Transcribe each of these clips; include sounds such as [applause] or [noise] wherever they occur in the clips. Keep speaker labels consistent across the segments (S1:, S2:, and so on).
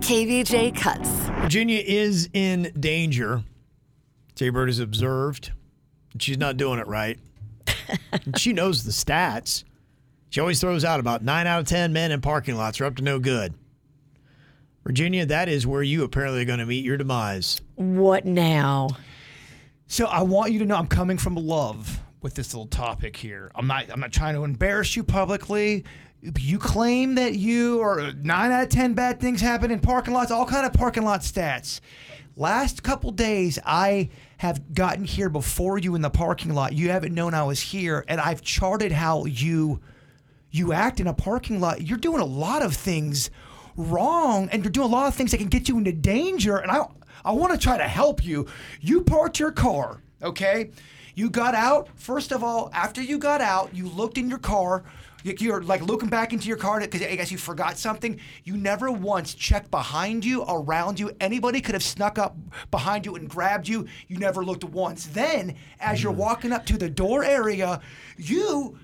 S1: KVJ cuts.
S2: Virginia is in danger. Jaybird has observed. that She's not doing it right. And she knows the stats. She always throws out about nine out of 10 men in parking lots are up to no good. Virginia, that is where you apparently are going to meet your demise.
S3: What now?
S4: So I want you to know I'm coming from love with this little topic here. I'm not I'm not trying to embarrass you publicly. You claim that you are nine out of ten bad things happen in parking lots, all kind of parking lot stats. Last couple days I have gotten here before you in the parking lot. You haven't known I was here, and I've charted how you you act in a parking lot. You're doing a lot of things wrong and you're doing a lot of things that can get you into danger and I I want to try to help you. You parked your car, okay? You got out. First of all, after you got out, you looked in your car. You- You're like looking back into your car because I guess you forgot something. You never once checked behind you, around you. Anybody could have snuck up behind you and grabbed you. You never looked once. Then, as you're walking up to the door area, you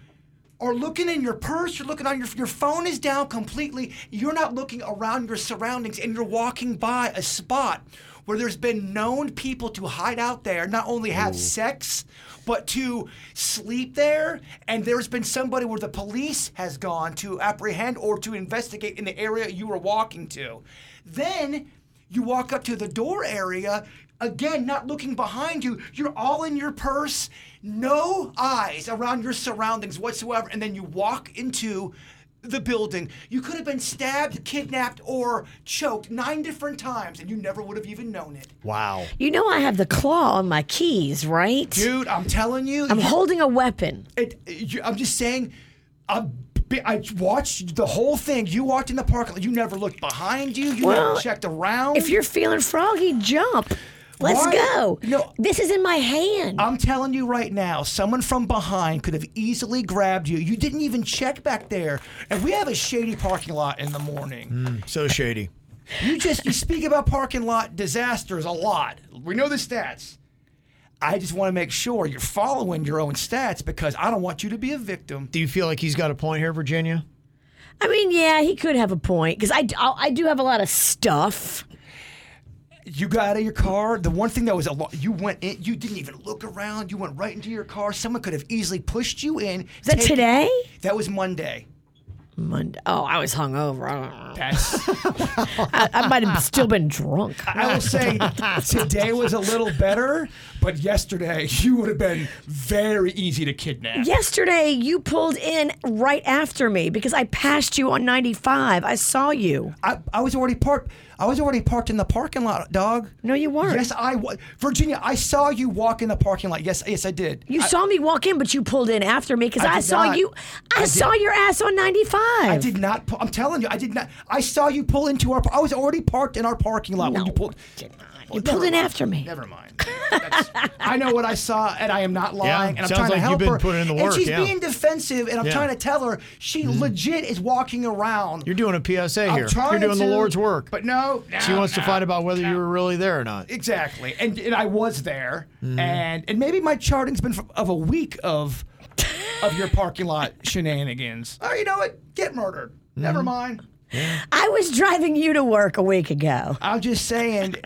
S4: or looking in your purse, you're looking on your your phone is down completely. You're not looking around your surroundings, and you're walking by a spot where there's been known people to hide out there, not only have sex, but to sleep there. And there's been somebody where the police has gone to apprehend or to investigate in the area you were walking to. Then you walk up to the door area, again, not looking behind you. You're all in your purse, no eyes around your surroundings whatsoever. And then you walk into the building. You could have been stabbed, kidnapped, or choked nine different times, and you never would have even known it.
S2: Wow.
S3: You know I have the claw on my keys, right?
S4: Dude, I'm telling you.
S3: I'm holding a weapon.
S4: It, you, I'm just saying, I'm, bi- I watched the whole thing. You walked in the park. You never looked behind you. You
S3: Well,
S4: never checked around.
S3: If you're feeling froggy, jump. Let's
S4: Why-
S3: go.
S4: No. Uh,
S3: This is in my hand.
S4: I'm telling you right now, someone from behind could have easily grabbed you. You didn't even check back there. And we have a shady parking lot in the morning.
S2: So shady.
S4: You just you speak about parking lot disasters a lot. We know the stats. I just want to make sure you're following your own stats because I don't want you to be a victim.
S2: Do you feel like he's got a point here, Virginia?
S3: I mean, yeah, he could have a point because I, d- I- I do have a lot of stuff.
S4: You got out of your car. The one thing that was a lot, you went in, you didn't even look around. You went right into your car. Someone could have easily pushed you in.
S3: Is that today?
S4: That was Monday.
S3: Monday. Oh, I was hungover. I don't know.
S4: That's.
S3: I, I might have still been drunk.
S4: I
S3: [laughs]
S4: will say today was a little better, but yesterday [laughs] you would have been very easy to kidnap.
S3: Yesterday, you pulled in right after me because I passed you on 95. I saw you.
S4: I, I was already parked. I was already parked in the parking lot, dog.
S3: No, you weren't.
S4: Yes, I was. Virginia, I saw you walk in the parking lot. Yes, yes, I did.
S3: You saw me walk in, but you pulled in after me because I,
S4: I did
S3: saw
S4: not.
S3: you. I,
S4: I
S3: saw
S4: did-
S3: your ass on 95.
S4: I did not. pu- I'm telling you, I did not. I saw you pull into our. I was already parked in our parking lot when you pulled.
S3: You pulled in after me.
S4: Never mind.
S3: [laughs]
S4: That's- I know what I saw, and I am not lying. and I'm
S2: sounds
S4: trying to
S2: like you've
S4: help
S2: been
S4: her.
S2: putting in the
S4: and
S2: work,
S4: she's
S2: yeah.
S4: being defensive, and I'm
S2: Yeah. Mm-hmm.
S4: trying to tell her she legit is walking around
S2: You're doing a PSA
S4: I'm
S2: here. You're
S4: trying
S2: doing the
S4: to,
S2: Lord's work.
S4: But no,
S2: she
S4: no,
S2: wants
S4: no.
S2: to fight about whether you were really there or not.
S4: Exactly, and and I was there, and and maybe my charting's been from, of a week of of your parking [laughs] lot shenanigans. Mm-hmm. Oh, you know what? Get murdered. Never mind.
S3: I was driving you to work a week ago.
S4: I'm just saying,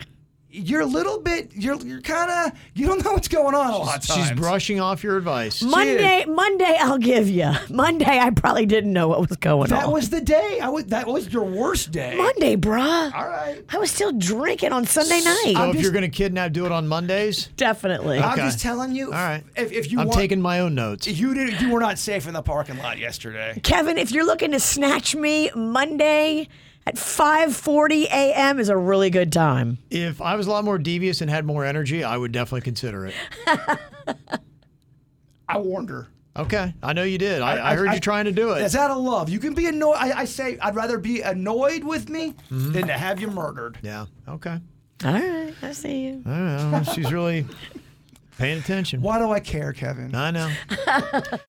S4: you're a little bit. You're you're kind of. You don't know what's going on a lot of times.
S2: She's brushing off your advice.
S3: Monday, Monday, I'll give you. Monday, I probably didn't know what was going
S4: That
S3: on.
S4: was the day. I was. That was your worst day.
S3: Monday, bruh.
S4: All right.
S3: I was still drinking on Sunday night.
S2: So if
S4: just-
S2: you're going to kidnap, do it on Mondays.
S3: Definitely.
S4: I'm
S2: Okay.
S4: just telling you.
S2: All right.
S4: If, if you
S2: I'm
S4: want,
S2: taking my own notes.
S4: you did you were not safe in the parking lot yesterday.
S3: Kevin, if you're looking to snatch me Monday at 5:40 a.m. is a really good time.
S2: If I was a lot more
S4: [laughs]
S2: devious and had more energy, I would definitely consider it.
S4: I warned her.
S2: Okay, I know you did. I, I, heard you trying to do it.
S4: It's out of love. You can be annoyed. I, I say I'd rather be annoyed with me than to have you murdered.
S2: yeah. Okay.
S3: All right, I see you.
S2: I
S4: [laughs]
S2: don't know. She's really paying attention.
S4: Why do I care, Kevin?
S2: I know.